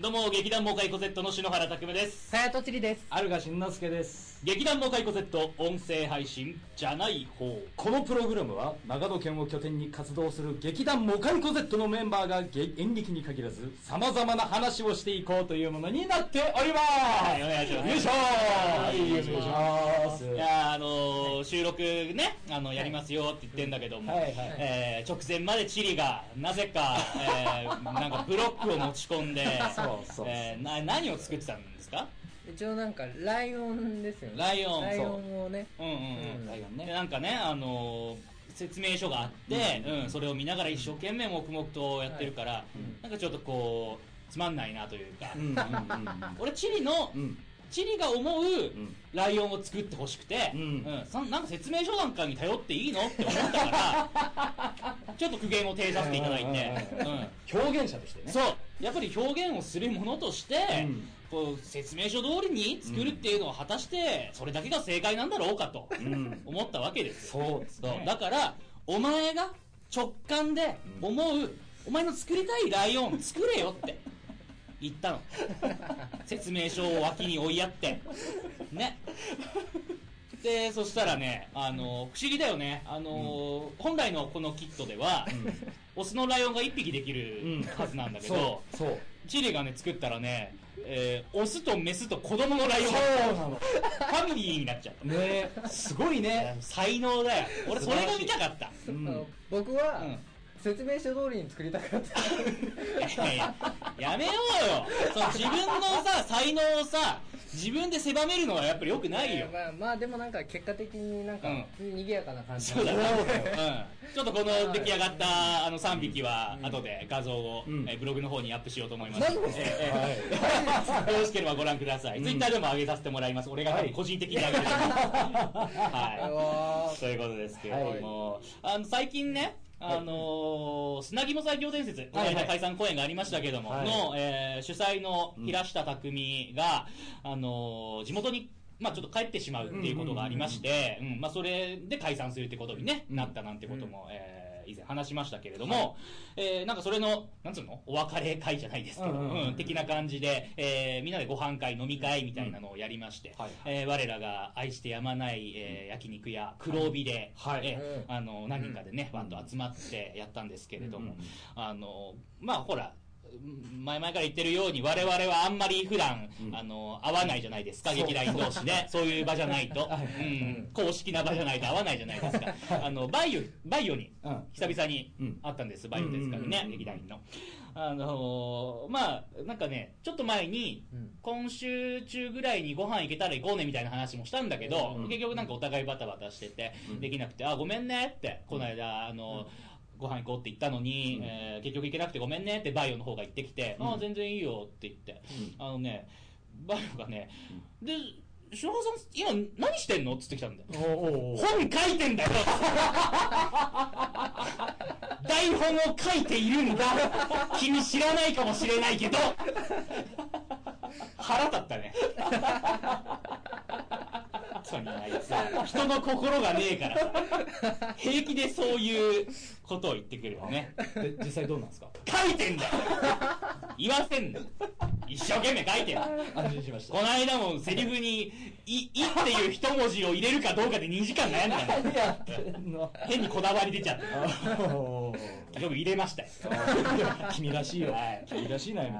どうも、劇団モーカイコゼットの篠原拓夢です。さやとちりです。あるがしんのすけです。劇団モーカイコゼット音声配信じゃない方。このプログラムは、長野県を拠点に活動する劇団モカイコ Z のメンバーがげ演劇に限らず、様々な話をしていこうというものになっておりますはい、お願いします。よいしょーはいはい、よろしくお願いします。いやーあのー収録ね、あの、やりますよって言ってんだけども、はいはいえー直前までチリが、なぜか、えーなんかブロックを持ち込んで、そうそうえーな何を作ってたんですか一応なんか、ライオンですよね。ライオンライオンをね。うんうんうん。うんライオンでね。なんかね、あのー説明書があって、うんそれを見ながら一生懸命黙々とやってるから、なんかちょっとこうつまんないなというか、うんうんうん俺チリの、うん。チリが思う、んライオンを作ってほしくて、うんそんなんか説明書なんかに頼っていいのって思った から、ちょっと苦言を呈させていただいて、うんうん表現者としてね。そうやっぱり表現をするものとして、うんこう説明書通りに作るっていうのは果たしてそれだけが正解なんだろうかとん思ったわけですよ、そうですそうね。だからお前が直感で思う、お前の作りたいライオン作れよって 言ったの説明書を脇に追いやってねでそしたらねあの不思議だよねあの、本来のこのキットでは、オスのライオンが1匹できうんるはずなんだけどそ、う。そう。チリがね作ったらね、えーオスとメスと子供のライオンそうなの。ファミリーになっちゃったねすごいね。才能だよ俺それが見たかったうあんの僕うはん、説明書通りに作りたかっいた。やいや やめようよその自分のさ才能をさ自分で狭めるのはやっぱり良く ないよ まあ、まあ、でもなんか、結果的になんかうん、賑やかな感じ そうだなそううん、ちょっとこの出来上がったあの3匹は後で画像を、うんえーブログの方にアップしようと思いますなえんでーえーよろしければご覧ください、うんツイッターでも上げさせてもらいます俺が多分個人的に上げてると思いますうはわいということですけれども、あの最近ねあのー砂肝最強伝説、このはいは間い解散公演がありましたけども、はいの、えー主催の平下匠が、あのー地元に、まあ、ちょっと帰ってしまうっていうことがありまして、うんまあ、それで解散するってことに、ねうんなったなんてことも、えー以前話しましたけれども、えーなんかそれの、なんつうのお別れ会じゃないですけど、うんうんうんうん的な感じで、えーみんなでご飯会、飲み会みたいなのをやりまして、はいえー我らが愛してやまない、えー焼肉屋、黒帯で、はいえーうんあの何人かでね、わっと集まってやったんですけれども、うんうんあのまあほら前々から言ってるように我々はあんまり普段、うんあの会わないじゃないですかそう劇団員同士でそういう場じゃない と、はいうん、公式な場じゃないと会わないじゃないですかあのバイオバイオにうん。久々にうん会ったんです、バイオですからうんうんうんねうん劇団員のあのーまあなんかねちょっと前にうん今週中ぐらいにご飯行けたら行こうねみたいな話もしたんだけど、うん結局なんかお互いバタバタしてて、うんできなくて「あごめんね」ってこの間あの、ご飯行こうって言ったのに、うんえー結局行けなくてごめんねってバイオの方が言ってきて「うんあ全然いいよ」って言って、うあのねバイオがね「で篠原さん今何してんの?」っつってきたんだよおーおーおー本書いてん だよ台本を書いているんだ君知らないかもしれないけど腹立ったね そんなあいつは人の心がねえから平気でそういうことを言ってくるよねで実際どうなんですか書いてんだよ言わせんな一生懸命書いてんだ安心しましこの間もセリフに「い」いっていう一文字を入れるかどうかで2時間悩んだんだよ何やってんの変にこだわり出ちゃってよく入れましたよ、 君らしいよ、はい君らしいなよ、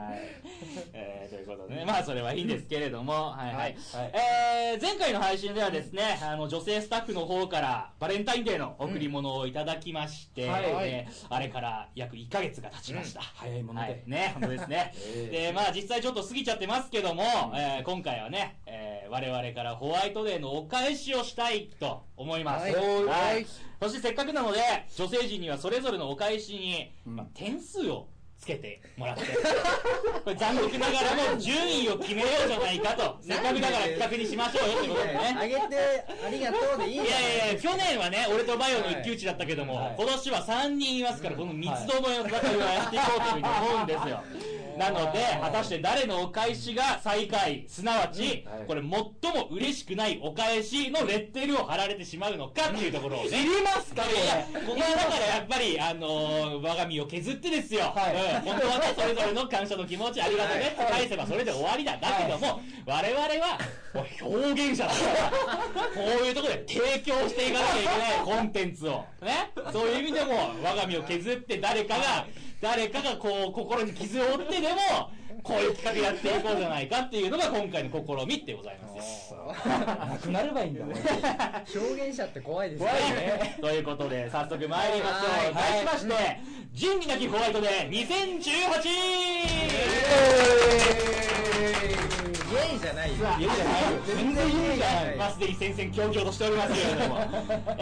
えーということでねまあそれはいいんですけれども、はいはいはいえー前回の配信ではですね、あの女性スタッフの方からバレンタインデーの贈り物をいただきまして、うんはいえーあれから約1ヶ月が経ちました、早いもので、はい、ね、本当ですねえ。え で、まあ実際ちょっと過ぎちゃってますけども、うんえー今回はね、えー我々からホワイトデーのお返しをしたいと思います。はいはいそしてせっかくなので、女性陣にはそれぞれのお返しに、うんまあ、点数をつけてもらって、これ残酷ながらも順位を決めようじゃないかと、せっかくだから企画にしましょうよってことでね。あげて、ありがとうでいいいんやじゃないいやいや、去年はね、俺とバイオの一騎打ちだったけども、はい今年は3人いますから、この三つどもえの戦いをやっていこうというふうに思うんですよ。なので、果たして誰のお返しが最下位、すなわちうんはい、これ最も嬉しくないお返しのレッテルを貼られてしまうのかっていうところをね。知りますかいやいや、ここはだからやっぱり、あのー、我が身を削ってですよ。はいうん本当はね、それぞれの感謝の気持ちありがとうねって返せばそれで終わりだ。だけども、我々は、表現者だから、こういうところで提供していかなきゃいけないコンテンツを。ね。そういう意味でも、我が身を削って誰かが、誰かがこう、心に傷を負ってでも、こういう企画やっていこうじゃないかっていうのが今回の試みでございますよ。なくなればいいんだもん。 表現者って怖いですね。怖いね。ということで、早速参りましょう。は題しまして、仁義なきホワイトで 2018! イエイじゃないよ。家じゃないよ全然家じゃないはいまあすでに戦々恐々としておりますけれ どもえ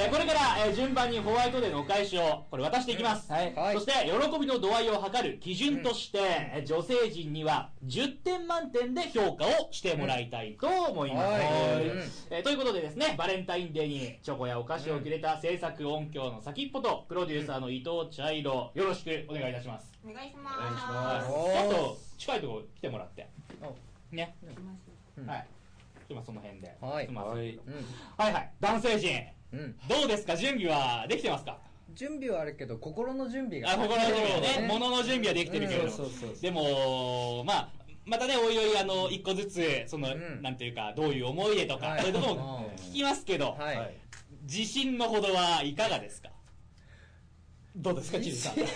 ーこれから、えー順番にホワイトデーのお返しをこれ渡していきます、はい。はいそして喜びの度合いを測る基準として、えー女性陣には10点満点で評価をしてもらいたいと思います、うんはいはいうんえーということでですねバレンタインデーにチョコやお菓子をくれた制作音響の先っぽとプロデューサーの伊藤茶色よろしくお願いいたしますお願いしはいまおす。願いちょっしと近いところ来てもらってねうんはい。今その辺で。はいすませんはいはいはい。男性陣、うん。うん。どうですか準備はできてますか準備はあるけど、心の準備が。あ、心の準備はね、そう物の準備はできてるけれどそもう。そうそう。でも、まあ、またね、おいおい、あの、一個ずつ、その、うんなんていうか、どういう思い出とか、はいそういうことも聞きますけど、はい。はい自信のほどはいかがですかどうですか、チーズさん。うんうんい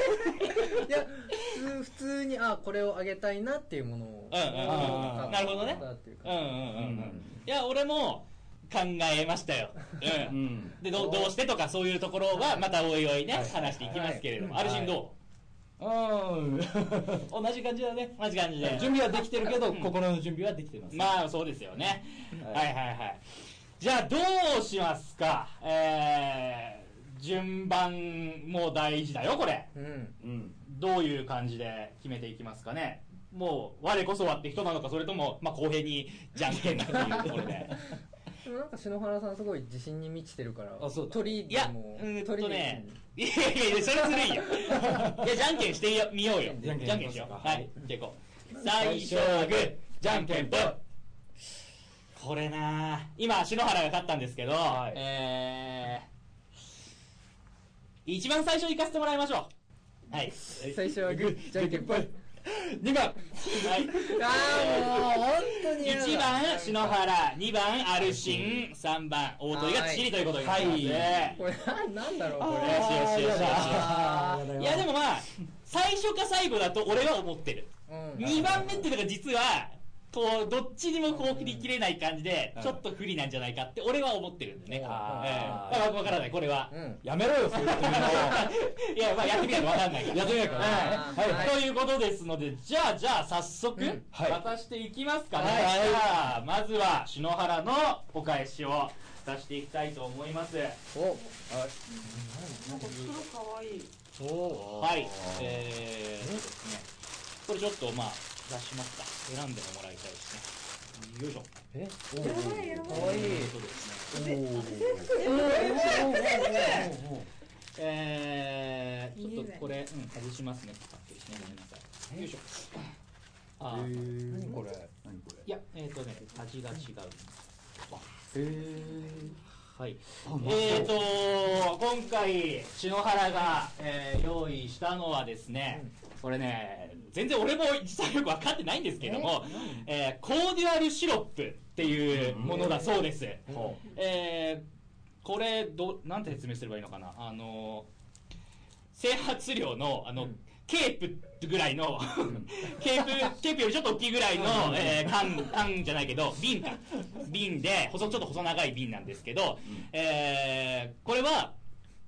や、普通 普通に、あ、これをあげたいなっていうものを。うんうんあーなるほどねだっていうかうんううんん。いや、俺も考えましたよ。う。うんん。で、どうどうしてとか、そういうところは、またおいおいねはい、話していきますけれども、はあいるシーンどううん。同じ感じだね。同じ感じで。準備はできてるけど、うん心の準備はできてます。まあ、そうですよね。ははいいはいはい。じゃあ、どうしますかえー、順番も大事だよ、これ。うん。うん。どういう感じで決めていきますかねもう、我こそはって人なのか、それとも、まあ、公平に、じゃんけんだというところで。でもなんか篠原さんすごい自信に満ちてるから。あそうだ鳥いでや、も。うーん鳥とでね、いやいやいや、それはずるいよ。いや、じゃんけんしてみようよ。じじゃゃんんけけんんしよう。はい、じゃあ行こう。最初最初ははググーー、じゃんけんぽん。これなぁ。今、篠原が勝ったんですけど、はいえー、一番最初行かせてもらいましょう。はい。いい最初はグー、じゃんけんぽい。 2番はい。ああ、もう本当に嫌だ。 1番、篠原、2番、アルシン、3番、大鳥がチリということになります。これ、ななんだろう、こよしよれ。しよしよしあーいやでもまあ、最初か最後だと俺は思ってる。うん2番目っていうのが実は、こう、どっちにもこう切り切れない感じでう、んちょっと不利なんじゃないかって俺は思ってるんだよね。あええだからわからない、これ は。うん。やめろよ、そういうこと言うのいや、まあやってみないとわかんないから。やってみないからねええはいということですので、じゃあ、じゃあ、早速、うんはい渡していきますかね。はいじゃあ、まずは、篠原のお返しを出していきたいと思います。お、なんか袋可愛い。おはい。えー、そうですね。これちょっと、まあ、出しますか。選んでもらいたいですね。よいしょ。え、おやばいやかばい。わいい。そうですね。えー、ちょっとこれ、うん、外しますね。パッケージねごめんなさい。よいしょ。あー何これ。何これいや、えっ、ー、とね、味が違う。えーはい。えーと、今回、篠原が、えー用意したのはですね、これね、全然俺も実はよくわかってないんですけども、えーコーデュアルシロップっていうものだそうです。ほえーこれど、なんて説明すればいいのかな、あの整髪量のあの、うんケープぐらいの、ケープ、ケープよりちょっと大きいぐらいの、えー缶、缶じゃないけど、瓶か。瓶で、細、ちょっと細長い瓶なんですけど、えーこれは、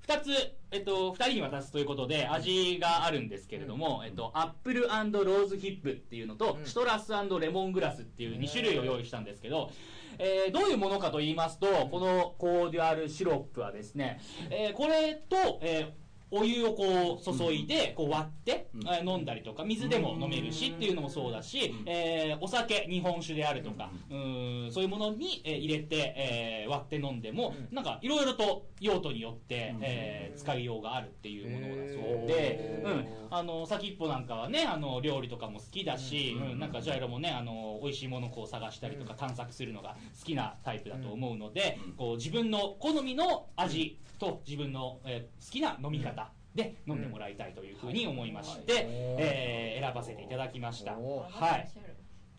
二つ、えっと、二人に渡すということで、味があるんですけれども、えっと、アップルローズヒップっていうのと、うんシトラスレモングラスっていう2種類を用意したんですけど、えーどういうものかと言いますと、このコーデュアルシロップはですね、えーこれと、えーお湯をこう注いで、こう割って、うんえー飲んだりとか、水でも飲めるしっていうのもそうだし、うんえーお酒、日本酒であるとか、うーんそういうものに、えー入れて、えー割って飲んでも、なんかいろいろと用途によって、うんえー使いようがあるっていうものだそうへで、うーん、あの、先っぽなんかはね、あの、料理とかも好きだし、ううんん、なんかジャイロもね、あの、美味しいものをこう探したりとか探索するのが好きなタイプだと思うので、うんこう、自分の好みの味と自分の、えー好きな飲み方で飲んでもらいたいというふうに思いまして、うんえー選ばせていただきました。はおーい。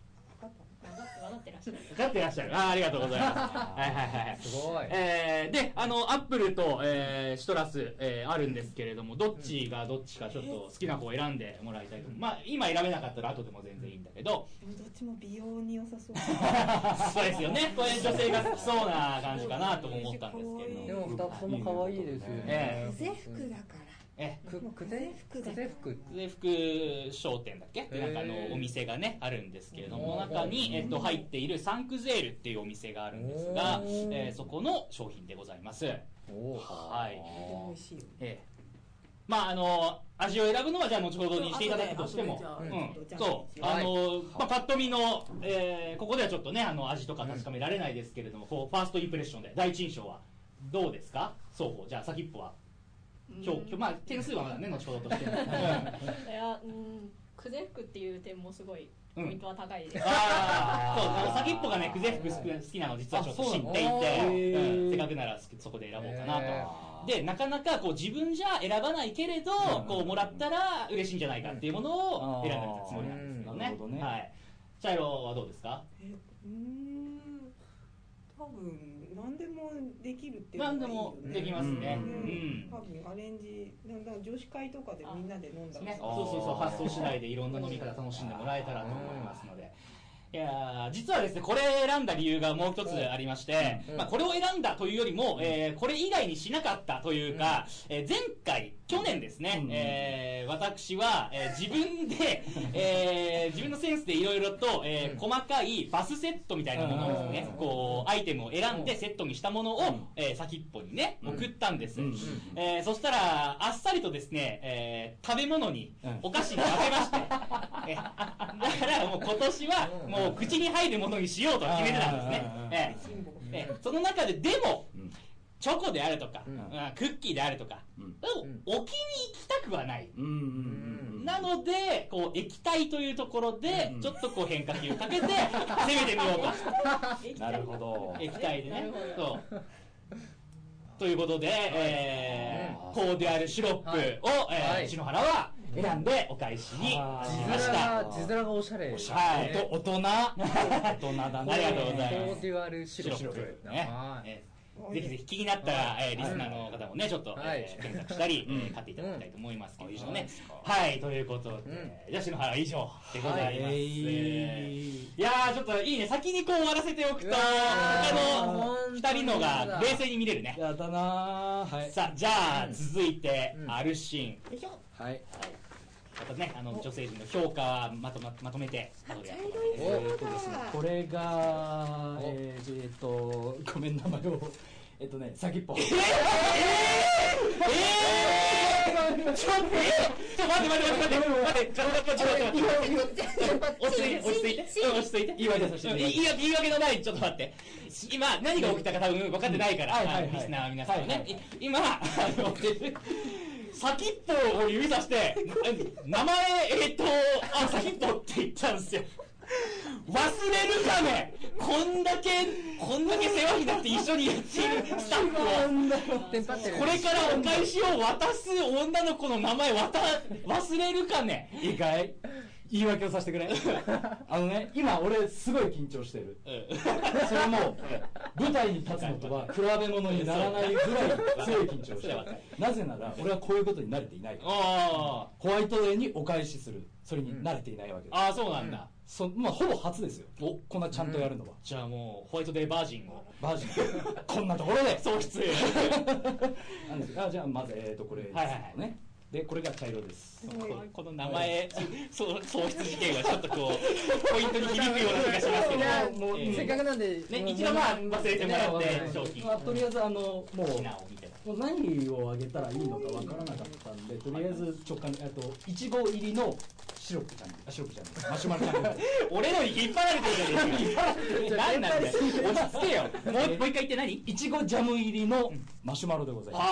分かって分かってらっしゃる分かってらっしゃる。あーありがとうございます。はいはいはい。すごい。えーで、あの、アップルと、えーシトラス、えーあるんですけれども、どっちがどっちかちょっと好きな方を選んでもらいたいと思う。まあ、今選べなかったら後でも全然いいんだけど、どっちも美容に良さそう。 そうですよね。これ女性が好きそうな感じかなとも思ったんですけれどでも。も二つとも可愛いですよえね。え風服だから。えくくぜ服くぜ服ーで、服商店だっけなんかあへーの、お店がね、あるんですけれども、うん中に、えっと、入っているサンクゼールっていうお店があるんですがお、ーえーそこの商品でございます。おーはい。でも美味しいよ。ええ。まあ、あの、味を選ぶのは、じゃあ、後ほどにしていただくとしても、後うんでじゃあ後でじゃあそう、はあいの、まあ、パッと見の、えーここではちょっとね、あの、味とか確かめられないですけれども、こう、ファーストインプレッションで、第一印象は、どうですか双方、じゃあ、先っぽは。今日、今日まあ、点数はまだね、後ほどとして。うんいやうん久世福っていう点もすごいポイントは高いです、あーそうあの、先っぽがね、クゼ服好き好きなの実はちょっと知っていあそうなのて、へうんーせっかくならそこで選ぼうかなとへーで、なかなかこう自分じゃ選ばないけれど、うんこうもらったら嬉しいんじゃないかっていうものを選んでたつもりなんですけどうんなねる。ほどねはい。茶色はどうですかえうーん。多分何でもできるっていうのが何いでいよねもできますね。ううんん。多分アレンジなんだ女子会とかでみんなで飲んだね、らそうそうそう、発想次第でいろんな飲み方楽しんでもらえたらと思いますので。いやー実はですね、これ選んだ理由がもう一つありまして、うんまあ、これを選んだというよりも、えーこれ以外にしなかったというか、えー前回、去年ですね、うんえー私は、えー自分 で、えー自分のセンスでいろいろと、えー細かいバスセットみたいなものをですね、うんこう、アイテムを選んでセットにしたものを、うんえー先っぽにね、うん送ったんです。うんえーそしたら、あっさりとですね、えー食べ物にうん、お菓子に分けまして、えだからもう今年は、うんもう口に入るものにしようと決めてたんですうんね。辛抱えーえーその中で、でも、うんチョコであるとか、うんうんクッキーであるとか、うんんお置きに行きたくはない。うんうんなので、こう、液体というところでう、んちょっとこう変化球か けて、攻めてみようと。うんなるほど 液体でなねるほ。 そう。ということで、えうー、んコーデュアルシロップを、はいはえいー、篠原は選んでお返しにしあまー字し面た。が字面がおしゃれ。おしゃゃれれ大人大人だねありがとうございますコーデュアルシロッシロプッ。プねはいえーぜひぜひ気になったら、えーリスナーの方もね、ちょっと、はいえー検索したり、うんえー買っていただきたいと思いますけれどもね。ははい、ということで、じゃあ篠原は以上でございます。いやー、ちょっといいね、先にこう終わらせておくと、うわー他の本当に二人のが冷静に見れるね。やだなーはいさあ、じゃあ、うん続いて、うんあるシーン。はいまたね、あの女性陣の評価はまとままとめて、後でやってもらいますおえーとですねこれがおえーえーとごめん名前をえっとね先っぽえー、ちょっと、えー、ちょっと待って待って待って待って、ちょっと待って待って待って、ちょっと待って、落ち着いて、落ち着いて、うん落ち着いて、言い訳させてうん言い訳言い訳のない、ちょっと待って。今、何が起きたか多分分かってないから、うんはいあはいのはいリスナーは皆さんははいねはいはい。い今、あの、先っぽを指さして、名前、えっと、あ、先っぽって言ったんですよ。忘れるかねこんだけ、こんだけ世話になって一緒にやっているスタッフを、テンパってる。これからお返しを渡す女の子の名前渡、忘れるかねいいかい言い訳をさ せてくれあのね今俺すごい緊張してるそれも舞台に立つのとは比べ物にならないぐらい強い緊張をしてるなぜなら俺はこういうことに慣れていないから あホワイトデーにお返しするそれに慣れていないわけーです、あー、そうなんだ。そまあ、ほぼ初ですよおこんなちゃんとやるのは、じゃあもう、ホワイトデーバージンを。バージンこんなところで喪失。なんですあじゃあまずえっ、とこれですよね、はいはいはでこれが茶色ですすごいこの名前、そう喪失事件はちょっとこう、ポイントに響くような気がしますけどいや、もうえーせっかくなんで、ねも、う一度まあ忘れてもらっねて、商品、まあ、とりあえずあのもう好きなを見てももう何をあげたらいいのかわからなかったんでとりあえず直感あといちご入りのシロップちゃんあシロップちゃんですマシュマロちゃんです俺のに引っ張られてるじゃねえかよ。何なんだよ。落ち着けよ。もうもう一回言って何いちごジャム入りのマシュマロでございますあ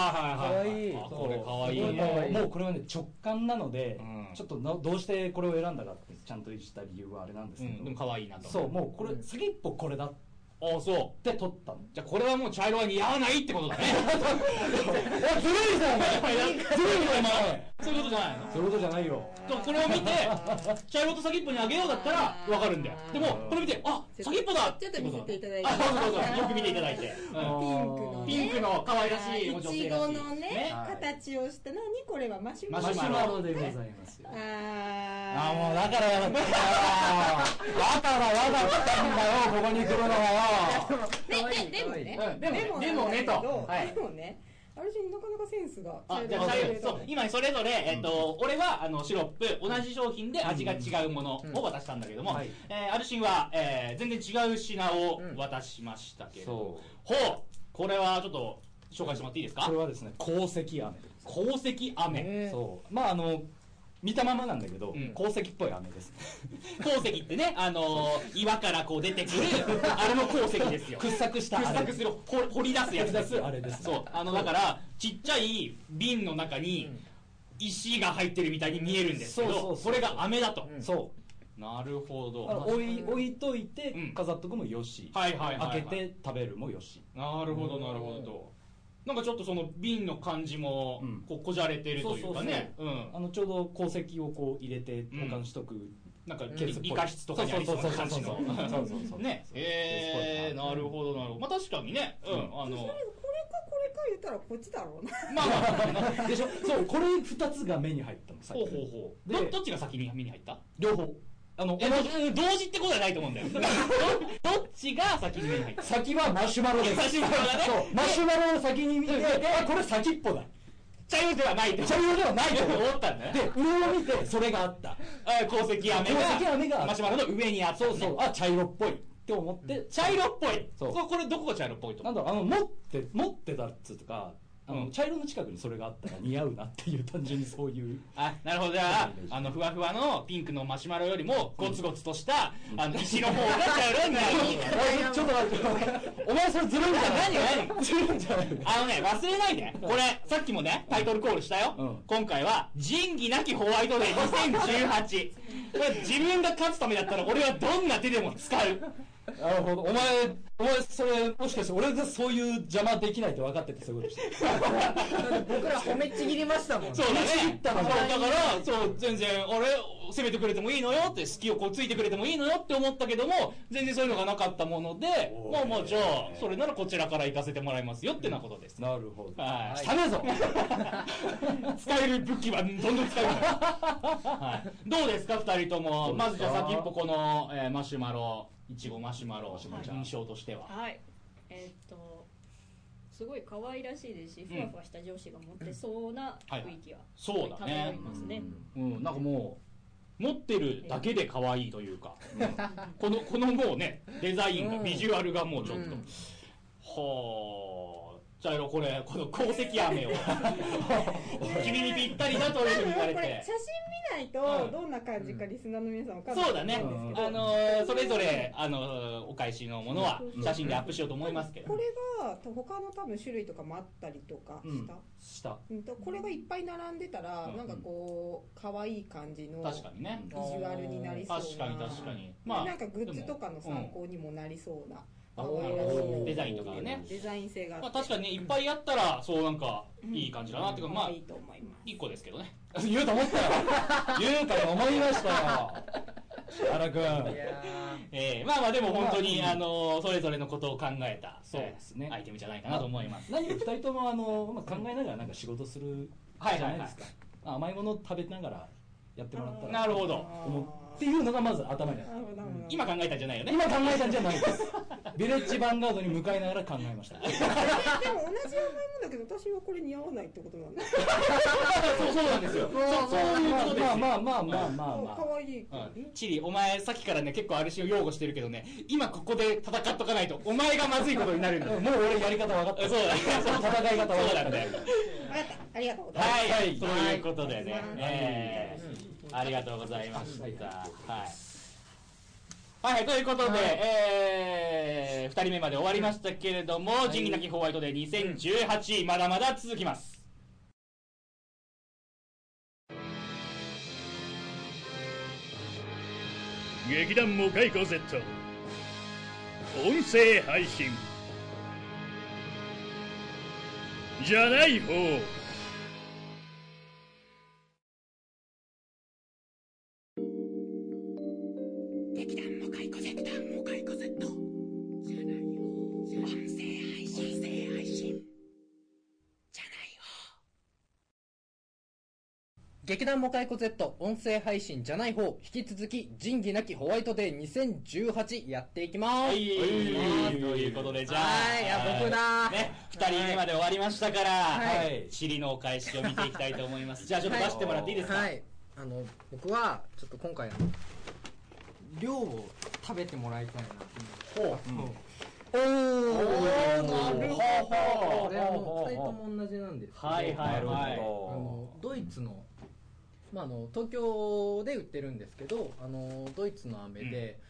はいはいはいああこれかわ可いい愛ね。もうこれはね直感なので、うんちょっとなどうしてこれを選んだかってちゃんとした理由はあれなんですうけど、ん、でも可愛いなと。そう。もうこれ先っぽこれだっああ、そう。て取ったのじゃあこれはもう茶色は似合わないってことだ ね。いやずるいぞお前ずるいぞお前そういうことじゃないの。 そういうことじゃないよだからこれを見て、茶色と先っぽにあげようだったら分かるんだよ。でも、これ見て、あ、先っぽだちょっと見せていただいてあ、そうそうそう。よく見ていただいて。あうんーピンクの可愛らしいい女性らしい。ちごのねはい形をした何これはマシュママロシュマロでございますよああもうーだからやだったんだよだからわざ来たんだよここに来るのはよねでもねうんでもね、でもねと。はいで。もねあれじゃなかなかセンスがあ、じゃあ茶色、そう、ね今それぞれ、えっと、俺は、あの、シロップ、同じ商品で味が違うものうんを渡したんだけども、はいえー、アルシンは、えー、全然違う品をうん渡しましたけど、そうほうこれはちょっと、紹介してもらっていいですこかれはですね鉱石飴鉱石飴。えそうまああの見たままなんだけど、うん鉱石っぽい飴です鉱石ってね、あのー、岩からこう出てくる、あれの鉱石ですよ。掘削した掘あれ削する、掘掘り出すやつですよ。掘り出すあれですそう。あの、だから、ちっちゃい瓶の中に石が入ってるみたいに見えるんですけそうそうそど、うそれが飴だと。うんそなるほうど。置い置いといてうん飾っとくもよし、はいはいはい、はい。開けて食べるもよしなるほど、なるほどと。なんかちょっとその瓶の感じもうん、こう、こじゃれてるというかね。うん。あのちょうど鉱石をこう入れてうん保管しとく、なんか、ん理理科室とかにありそうな感じの。そうそうそうそうそうそうそうね。えー、なるほど、なるほど。まあ確かにね、うん、あそれの、これかこれか言ったらこっちだろうなまあまあ、 でしょそうこれ二つが目に入ったのさほうほうほう。でど、どっちが先に目に入った両方あのえ、どうん同時ってことはないと思うん だよ。どどっちが先に目に入った先はマシュマロですマシュマロだねそうマシュマロを先に見て、あこれ先っ ぽだ茶色ではないと。茶色ではないと思う思ったんだ よね。で上を見てそれがあったあ鉱石飴が、鉱石飴がマシュマロの上にあったそのね。うそうあ茶色っぽいって思って、茶色っぽい。そうここれどこが茶色っぽいとなんだろうあの持って持ってたっつうとかあの、うん茶色の近くにそれがあったら似合うなっていう単純にそういうあ、なるほど。じゃあイメー、ジあの、ふわふわのピンクのマシュマロよりも、ゴツゴツとした、あの、石の方が茶色になる。おい ちょっと待ってお前それずるいんじゃな い何何ずるいんじゃないあのね、忘れないで。これ、さっきもね、タイトルコールしたよ。うん今回は、仁義なきホワイトデー2018。こ れ自分が勝つためだったら、俺はどんな手でも使う。なるほどお前お前それもしかして俺がそういう邪魔できないって分かっててそういうことしてだって僕ら褒めちぎりましたもんそうだね。たそのうねだから、そう、全然、あれ、攻めてくれてもいいのよって、隙をこうついてくれてもいいのよって思ったけども、全然そういうのがなかったものでお、ーまあまあじゃあ、それならこちらから行かせてもらいますよってなことです。なるほどははいいダメぞ使える武器はどんどん使えるから、はい、どうですか2人ともどうですかまずじゃあ先っぽこの、えーマシュマロいちごマシュマロマシュマロ印象としては、はいえーっとすごい可愛らしいですしふわふわした上司が持ってそうな雰囲気はそうだ漂いね、ますねうん、なんかもう持ってるだけで可愛いというか、このこのもうねデザインが、うんビジュアルがもうちょっと、うんはあ茶色これこの鉱石飴を君にぴったりだというふうに言われこれて写真見ないうんとどんな感じかリスナーの皆さんわかんないそうだねと思うんですけどあのーそれぞれ、あのーお返しのものはうん写真でアップしようと思いますけど、これが他の多分種類とかもあったりとかした、下うんとこれがいっぱい並んでたら、うんなんかこう可愛い感じのビ確ジかにね、ュアルになりそうな確かに確かにままあ、あなんかグッズとかの参考にもなりそうな、可愛らしうんいデザインとかがね、デザイン性があって、まあ、確かにねいっぱいあったらそうなんかいい感じだなっていうか、まあいいと思います1個ですけどね 言うと思ったよ言うから思いましたよ 荒くんいやえーまあまあでも本当に、まああのーそれぞれのことを考えたそうですねえーアイテムじゃないかなと思います、何より二人ともあの、まあ、考えながらなんか仕事するはいじゃはないいはですか、甘いもの食べながらやってもらったらいなるほど思っていうのがまず頭にあるなるほどなるほど今考えたんじゃないよね今考えたんじゃないですビレッジヴァンガードに向かいながら考えましたえでも同じ甘いもんだけど私はこれ似合わないってことなんだ そうそうなんですよそうそういうことですまあよまあまあまあまあまあ、可愛いうんチリ、お前さっきからね、結構あれしを擁護してるけどね、今ここで戦っとかないと、お前がまずいことになるんだ。そうもう俺やり方分かっ ただ、そう戦い方分かなっんただよ。分かったありがとうございますはい、はいということでね、はいえーありがとうございました。はい。はいはい、ということで、はいえー、2人目まで終わりましたけれども、い仁義なきホワイトデー2018、まだまだ続きます。劇団モカイコ Z 音声配信じゃない方劇団モカイコ Z 音声配信じゃない方引き続き仁義なきホワイトデー2018やっていきまはすい、とはいいうことで、じゃあ、はいいや僕だね、2人目まで終わりましたから、はいチリのお返しを見ていきたいと思います。じゃあ、ちょっと出してもらっていいですか、はいあの僕はちょっと今回あの量を食べてもらいたいなほと思ってう。おー、おーなるほど。これあの2人とも同じなんですけどはいはいなるあのほドイツの,、まあ、あの東京で売ってるんですけどあのドイツの飴で、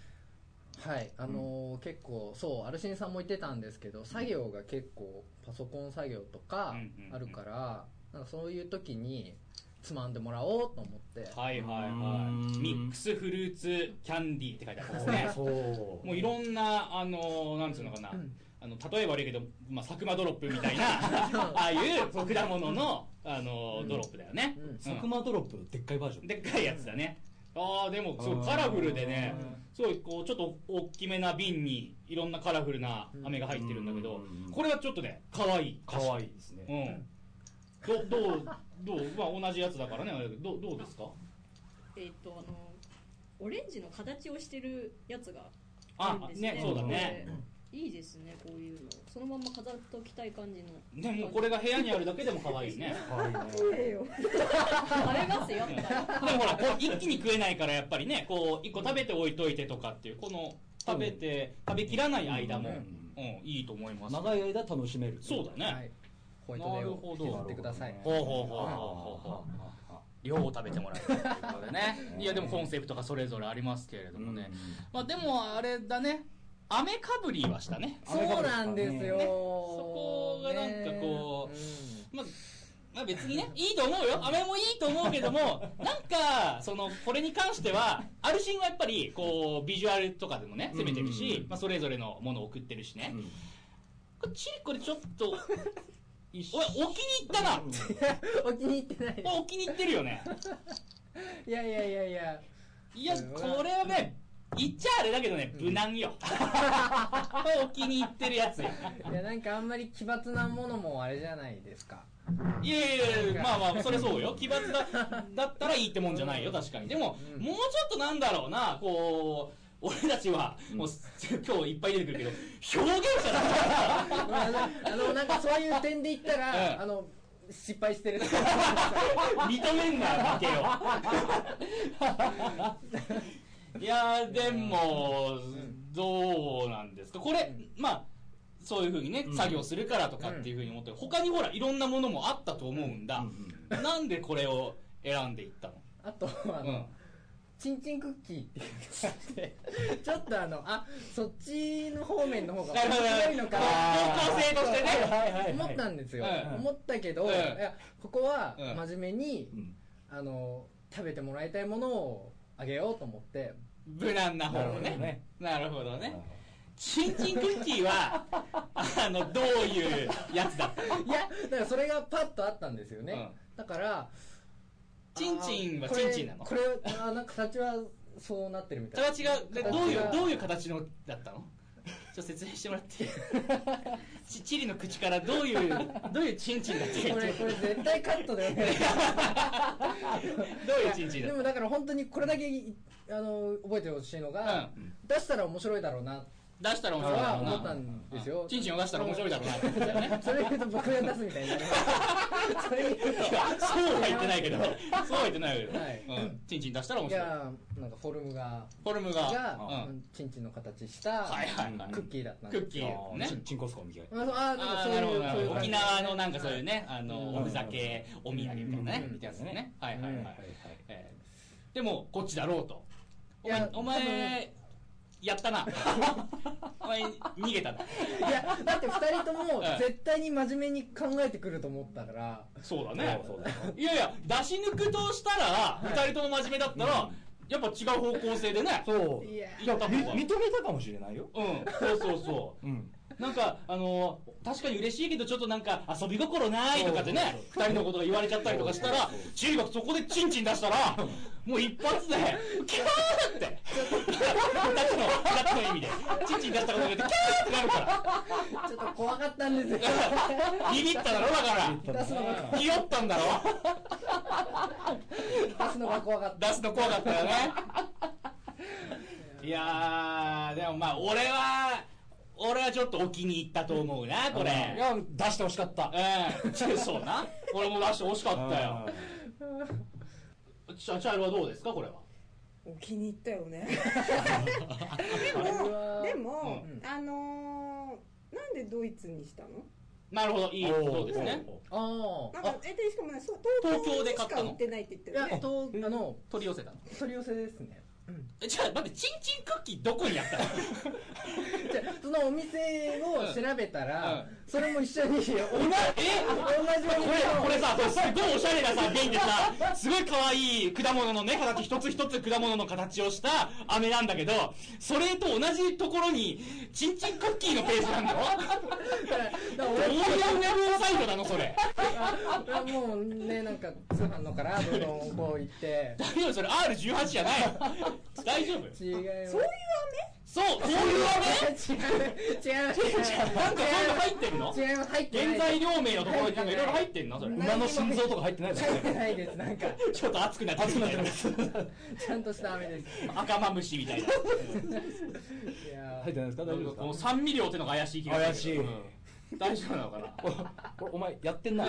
はいあの、結構そうアルシンさんも言ってたんですけど作業が結構パソコン作業とかうんうんうんあるから、なんかそういう時につまんでもらおうと思って、はいはいはうい。んミックスフルーツキャンディーって書いてありますどね。そうもういろんな、あのなんつうのかな、あの、例えば悪いけど、まあ、佐久間ドロップみたいな、 ああいう果物の、あのうんドロップだよねう。ん佐久間ドロップでっかいバージョンでっかいやつだね。ああ、でも、すごいカラフルでね、すごい、こう、ちょっと大きめな瓶に、いろんなカラフルな飴が入ってるんだけど、これはちょっとね、可愛い。かわいいですねうん。ど、どう、どう、 まあ、同じやつだからね、あれだけど、どうどうですかえっとあのオレンジの形をしてるやつがあるんあで、すねね、そうだね。いいですねこういうのそのまま飾っときたい感じのでも、これが部屋にあるだけでも可愛いね。かわいいな綺麗よあれます よみたいなでもほら、こう一気に食えないから、やっぱりね、こう、一個食べて置いといてとかっていう、この、食べて、食べきらない間も、うん、いいと思います。長い間楽しめるそうだはね。い、ホワイトデーをなるほど削ってくださいほうほうほうほうほうほう。量を食べてもらえるということでね。いや、でもコンセプトがそれぞれありますけれどもね。まあ、でも、あれだね。雨かぶりはしたね。そうなんですよ、ねそこがなんかこうまねあ、まあ別に ね、いいと思うよ。飴もいいと思うけども、なんか、その、これに関しては、アルシンはやっぱり、こう、ビジュアルとかでもね、攻めてるうんうんしう、んまあそれぞれのものを送ってるしねう。んこれ、チリこれちょっと、おい、お気に入ったなうんお気に入ってないでお気に入ってるよね。すいやいやいやいやいや、これはこれはね、言っちゃあれだけどね、無難 よ。お気に入ってるやつよ。いやなんかあんまり奇抜なものもあれじゃないですかいやいやいや、まあまあ、それそうよ。奇抜だ、だったらいいってもんじゃないよ、確かに。でも、うんもうちょっとなんだろうな、こう、俺たちは、もう、今日いっぱい出てくるけど、表現者だから、まああのあのなんかそういう点で言ったら、 うんあの失敗 してる認めんなよ、 負けよ。いやー、でも、どうなんですか。これ、まあ、そういうふうにね、作業するからとかっていうふうに思って、他にほら、いろんなものもあったと思うんだ。なんでこれを選んでいったのあとあうの、ん。チンチンクッキーっていうのがあってちょっとあのあそっちの方面の方が面白いのかな方向性としてね。はいはいはい思ったんですよ、うん思ったけど、うんいやここはうん真面目に、うんあの食べてもらいたいものをあげようと思って無難な方なるほをどね。ねなるほどね。チンチンクッキー は、あの、どういうやつだったのいやだからそれがパッとあったんですよね、うだからチンチンはあーこれチンチンなのこれあーなんか形はそうなってるみたいな形が、でどういう形、がどういう形のだったのちょっと説明してもらっていいちチリの口からどう いう、どういうチンチンだったこかれこれ 絶対カットだよねどういうチンチンだでっもだから本当にこれだけいあの覚えてほしいのが、う出したら面白いだろうな出したらと面白いだはろう思ったな。んですよ。チンチンを出したら面白いだろうなってことだ よね。それ言うと僕が出すみたいに なります。それ言ういやそうは言ってないけど、そうは言ってないけど、はいうん、チンチン出したら面と、い白い。やなんかフォルムが、フォルムが、が、ううんん、チンチンの形したはいはいはい。クッキーだったんクでッす。キーね。チンコスコみたいな。あそうあー、なんあかあ、そうなるほいどう、なそうるいうほど。感沖じ縄のなんかそういうね、あの、うんおふざけ、お土産みたいなね、みたいなやつですね。はいはいはい。えーでも、こっちだろうと。おい前や、お前やったな。 お前、逃げたな。いや、だって二人ともうん絶対に真面目に考えてくると思ったから、そうだねね。いやいや、出し抜くとしたら、二人とも真面目だったら、やっぱ違う方向性でね。そう。いやい行や、った方が認めたかもしれないよ。うん、そうそうそう。うん。なんか、あの確かに嬉しいけど、ちょっとなんか、遊び心ないとかってね、二人のことが言われちゃったりとかしたらそうそう、中学そこでチンチン出したら、もう一発で、キャーって、二つの、二つの意味で、チンチン出したことによって、キャーってなるかちょっと怖かったんですよ。ら、ビビっただろ、だか出すのが、ら、ひよったんだろ、出すのが怖かった。出すの怖かったよね。いやー、でもまあ、俺は、俺はちょっとお気に入ったと思うな、これ。いや、出してほしかった。ええそうな。これも出して欲しかったよ。チャチャイルはどうですか、これは。お気に入ったよねはでもでも、うんあのーなんでドイツにしたのなるほど、いいことですね。あなんあ。かえでしかもねそう東東京京でで買っしたかの売ってないって言っているや、ねと、あの、取り寄せたの。取り寄せですね。えじゃあ、待って、チンチンクッキーどこにやったのじゃあそのお店を調べたら、うそれも一緒に同じお前、えこれ、これさ、そうすごいおしゃれなさ、瓶でさ、すごい可愛い果物のね、形、一つ一つ果物の形をした飴なんだけど、それと同じところに、チンチンクッキーのページなんだろだからどういうウェブサイトなの、それ。俺はもうねなんか通販のからどんどんこう行って大丈夫、それ R18 じゃないの。大丈夫違う違うそういうそう、こういう飴違う違うなんかそういうの入ってるの違う入ってない原材料名のところになんかいろいろ入ってんのそれ。馬の心臓とか入ってないか入っら。てないですなんかちょっと熱くなってきたみたいな。ちゃんとした飴です赤マムシみたいな。いや入ってないですか大丈夫ですかこの酸味料ってのが怪しい気がする。怪しいうん大丈夫なのかなこれお前、や ってんな。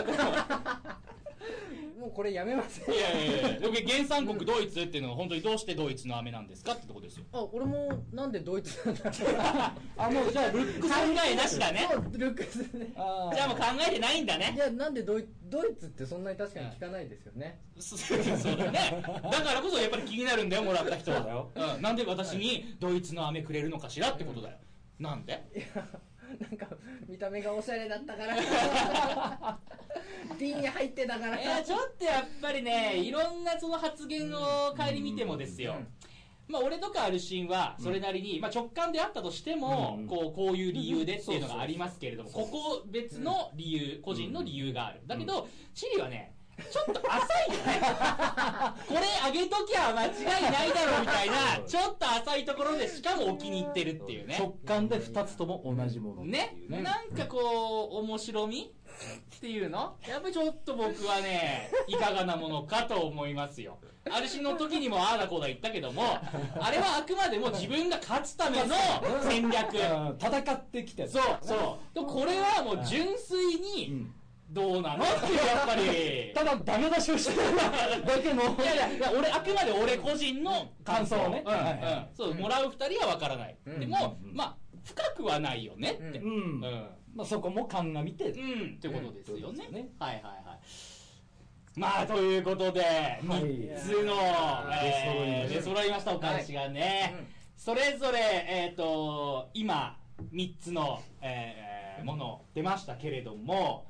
もうこれやめますいやいやいや。でも原産国ドイツっていうのは本当にどうしてドイツの飴なんですかってとこですよ。あ俺もなんでドイツなんだ あ、もうじゃあ、ルック考えなしだね。うルックスねあじゃあもう考えてないんだいね。やなんでドイドイツってそんなに確かに聞かないですよねそうだね。だからこそやっぱり気になるんだよ、もらった人そうだよは。うん。なんで私にドイツの飴くれるのかしらってことだよ。なんでなんか見た目がおしゃれだったから 瓶に入ってたからいやちょっとやっぱりね、いろんなその発言を顧みてもですよ。まあ、俺とかアルシンは、それなりに、まあ、直感であったとしても、うんこう、こういう理由でっていうのがありますけれども、ここ別の理由、個人の理由がある。だけど、チリはね、ちょっと浅いよね。 これあげときゃ間違いないだろうみたいな、ちょっと浅いところでしかもお気に入ってるっていうね。直感で2つとも同じものってねい、うなんかこう、面白みっていうのやっぱりちょっと僕は ね、いかがなものかと思いますよ。あるしの時にもああだこうだ言ったけども、あれはあくまでも自分が勝つための戦略。うん戦ってきてそう、そう。でもこれはもう純粋うに、んどうなのっていうやっ ぱり。ただダメ出しをしてるだけのいやいやいや、俺、あくまで俺個人の感想感想ねうんはいはいうんそう、もらう二人はわからない。うんでも、うんまあ、深くはないよねって。ううんんまあそこも鑑みてうん、ってことですよね。うんねはいはいはい。まあ、ということで、3つの、えー出出揃いました揃いましたお返しがね、うんそれぞれ、えっ、と、今、3つの、えーもの出ましたけれども、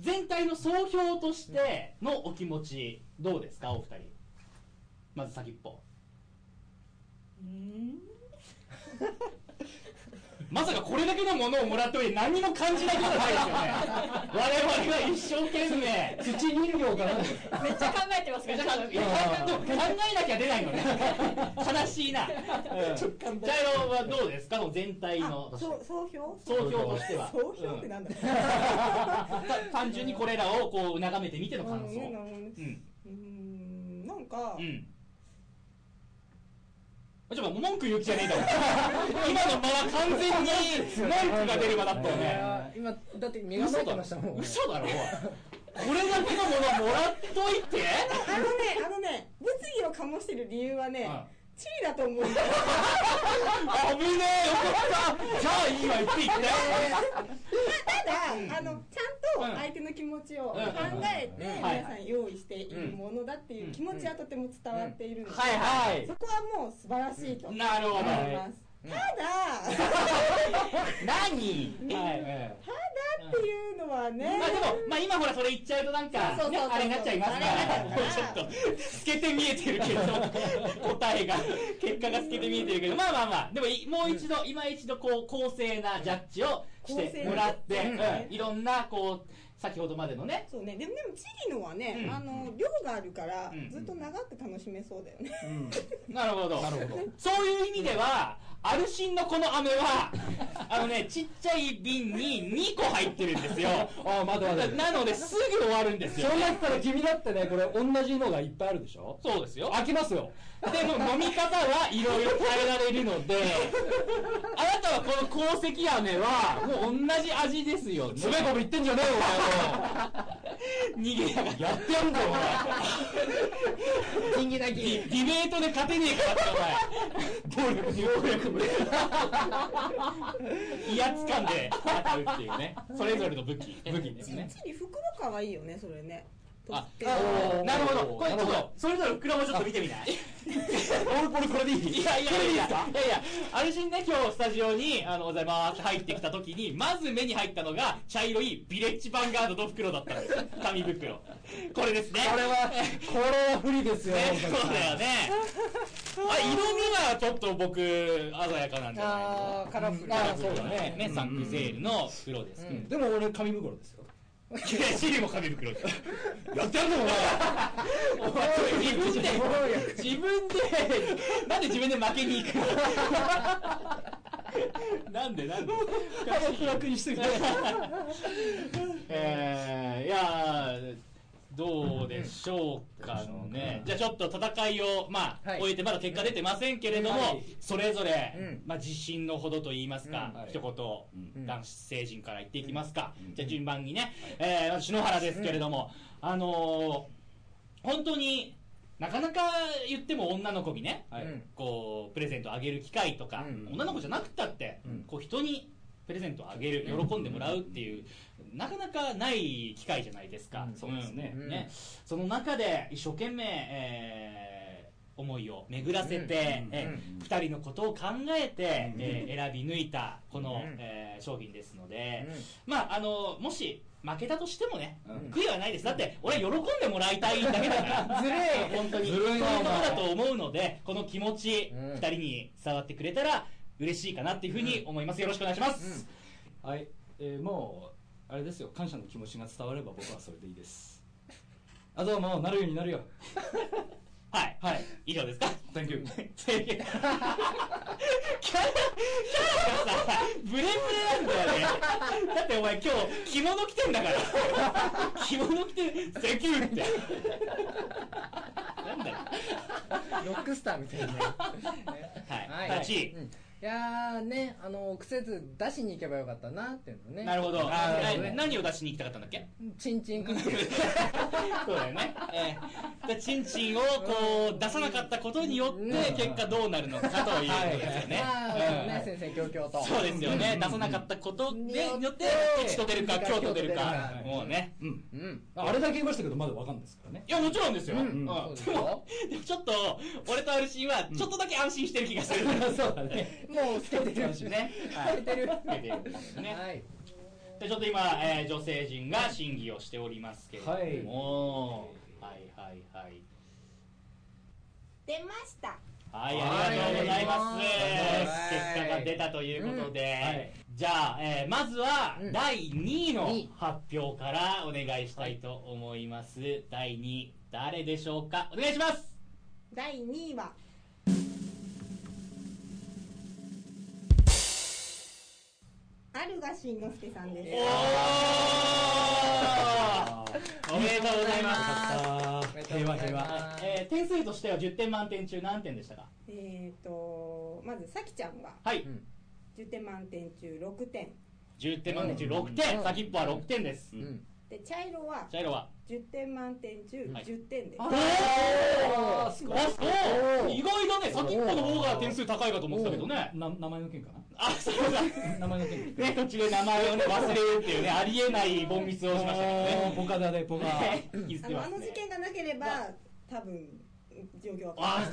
全体の総評としてのお気持ち、どうですか、お二人。まず先っぽ。うんまさかこれだけのものをもらっておいて何も感じないことはないです よね。我々は一生懸命。土人形かなめっちゃ考えてますかいらや考多分えなきゃ出ないのね。悲しいな。ジャイロはどうですか全体のあそう総評総評としては。総評ってなんだうんた単純にこれらをこう眺めてみての感想。うんうん。うんなんかうん。ちょっと文句言う気じゃねえ だろ。今の間は完全に文句が出る間だったよね。今だって目が覚嘘えてだましたもろ。ん嘘だろ、おいこれだけのものもらっといてあのね、あのね、物議を醸してる理由はね、地位だと思うんだよ。あ危ねえ、よかった。じゃあいいわ、言って言 って。ただ、あの、ちゃんうんと相手の気持ちを考えて、うん皆さん用意しているものだっていう気持ちはとても伝わっているので、はいはい。そこはもう素晴らしいと思いまなるほど。す。ただ、何はい。っていうのはね、まあでも、まあ今ほらそれ言っちゃうとなんか、そうそうそうねそうあれになっちゃいますからあれになっ、ちちゃうかょっと、透けて見えてるけど、答えが、結果が透けて見えてるけど、まあまあまあ、でもいもう一度、今一度こう、公正なジャッジをしてもらって、公正なうんいろんな、こう、先ほどまでのね、そうね、でもでも地理のはね、うんあの量があるから、うんずっと長く楽しめそうだよね。うん。なるほど。るほど。そういう意味では、アルシンのこの飴は、あのね、ちっちゃい瓶に2個入ってるんですよ。ああ、待て待て。なので、すぐ終わるんですよそ。うなったら君だってね、これ同じのがいっぱいあるでしょそうですよ。飽きますよ。でも飲み方はいろいろ変えられるの で、あなたはこの鉱石飴は、もう同じ味ですよ、ね。つべこべ言ってんじゃねえよ、逃げやがっお前もう。やってやんぞ、お前。人気なて。デきィディベートで勝てねえからって、暴力に暴力お前。威圧感で戦うっていうね。それぞれの武器。武器です地ね。理袋可愛いよね、それね。ああ取ってなるほど。これちょっなると、それぞれ袋もちょっと見てみ ない俺、俺これでいいいやいやいやいや、いやいや、アルシンね、今日スタジオに、あの、おざいます。入ってきた時に、まず目に入ったのが、茶色いビレッジヴァンガードの袋だったんです よ。紙袋。これですね。これは、これは不利ですよ。ね、本当にそうだよね。あ、色味はちょっと僕、鮮やかなんじゃあーカラフルないあかな。ーそうだねね、うんサンクゼールの袋ですけど。でも俺、紙袋ですよ。いや シリも紙袋です。やってやんぞ、 お前 自分で、暴力自分で、なんで自分で負けに行くのなんでなんでお前。腹楽にしといて。えー、いやーどうでしょうかのね、じゃあちょっと戦いを、まあはい終えて、まだ結果出てませんけれども、はいそれぞれ、うんまあ、自信のほどといいますか、うんはい一言、うん男子成人から言っていきますか、うんじゃあ順番にね、えー、篠原ですけれども、あのー本当になかなか言っても女の子にね、はいうんこうプレゼントあげる機会とか、うん女の子じゃなくたって、うんこう人にプレゼントをあげる喜んでもらうっていう、なかなかない機会じゃないですか、うんそうですねんうんねその中で一生懸命、えー思いを巡らせて、うんえうん2人のことを考えて、うんえー選び抜いたこの、うんえー商品ですので、まああのもし負けたとしてもね、うん悔いはないですだって俺は喜んでもらいたいだけだから ずるい本当にずるいなそういうとこお前だと思うのでこの気持ち、うん二人に伝わってくれたら嬉しいかなっていうふうに思いますよろしくお願いします、はい、えーもう、あれですよ、感謝の気持ちが伝われば僕はそれでいいです。あとはもう、なるようになるよ。はいはい。以上です か Thank you. キャラキャラがさブレブレなんだよねだってお前今日着物着てんだから着物着て「セキュー」 ってなんだよロックスターみたいなね はい、はい、立ちうんいやーねあの臆せず出しに行けばよかったなっていうのねなるほどあーなるほどえね何を出しに行きたかったんだっけチンチンクッキーそうだよね。ええで、チンチンをこう、出さなかったことによって、結果どうなるのかということですよね。まあうんね先生強々とそうですよね。うん出さなかったことによって、吉と出るか、うん京と出るかう。んもうね。うん。うんあれだけ言いましたけど、まだわかんないですからね。 いや、もちろんですよ。ううんんでそうもです、よちょっと、俺とアルシンは、ちょっとだけ安心してる気がする。そうだね。もうつけてるつね。はい。けてる出てるんですね。はいでちょっと今、えー女性陣が審議をしておりますけれども、はい、はいはい出ました。はい、はいありがとうございますはい。結果が出たということで、んはいじゃあ、えーまずはうん第2位の二位発表からお願いしたいと思います。第2位、誰でしょうかお願いします第2位はアルガしんのすけさんおでーあおめでとうございます。あ、平和平和。えー点数としては10点満点中何点でしたかす。えっ、とまずさきちゃんがはいうん10点満点中6点10点満点中6う点ん先っぽは6点ですうんで茶色は茶色は10点満点中はい10点です、おあおすあそう意外だね先っぽの方がおー点数高いかと思ってたけどねな名前の件かあそうだな名前の 件ね途中で名前をね忘れるっていうねありえない凡ミスをしましたあねーポカだでポカね気づあきのまあすの事ね件がなければ多分状況は変わああ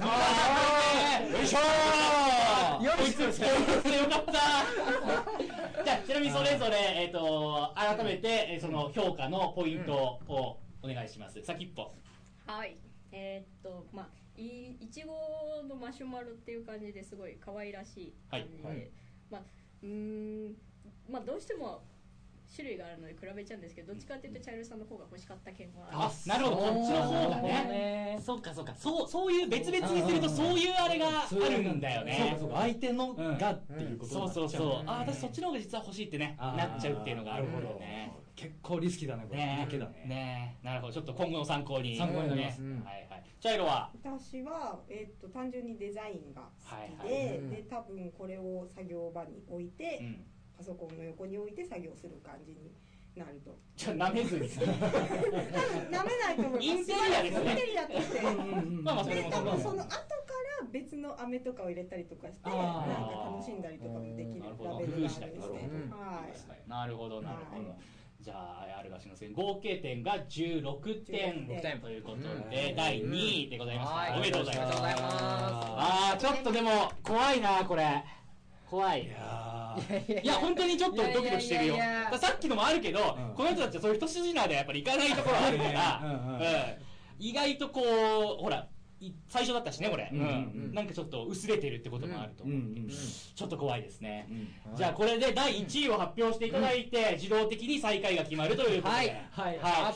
そうだねよいしょーよこいいしょつこいつよかったじゃあちなみにそれぞれえっと改めてえーその評価のポイントをお願いします先っぽはいえーっとまあいいちごのマシュマロっていう感じですごい可愛らしい感じで、はいはいまあうーんまあどうしても種類があるので比べちゃうんですけどどっちかっていうと茶色さんの方が欲しかった件はありまあすなるほどこっちの方がそうだねそっかそっかそうそういう別々にするとそういうあれがあるんだよそうねかそうか相手のがっていうことにそなうっちゃそううそうあ私そっちの方が実は欲しいってねあーなっちゃうっていうのがあるんだよなるねほど結構リスキーだねこれね賭けだねねなるほどちょっと今後の参考に参考になりますねうんはいはい茶色はる私は、えっと単純にデザインが好きはいで,、はいうんで多分これを作業場に置いて、うんパソコンの横に置いて作業する感じになるとちょっと舐めずにさなめないと思いますインテリアですねインテリアとしてまあまあそれも多そうだ分ねその後から別の飴とかを入れたりとかしてあーなんか楽しんだりとかもできるなるほラどベル工が夫あしたるりんとでかすねは いなるほどなるほはどじゃああるがしの線合計点が16点16点ということうでん第2位でございましはたおめでとうございあまりがとすうございまあーちょっとでも怖いなこれ怖いいやいや、本当にちょっとドキドキしてるよ。いやいやいやいやさっきのもあるけど、うんこの人たちはそういう一筋縄でやっぱり行かないところあるから、うんうんうんうん意外とこう、ほら、い最初だったしね、これ、うんうんうんなんかちょっと薄れてるってこともあるとーうん思う、うんちょっと怖いですね。はいじゃあ、これで第1位を発表していただいて、自動的に最下位が決まるということで。はいはいはい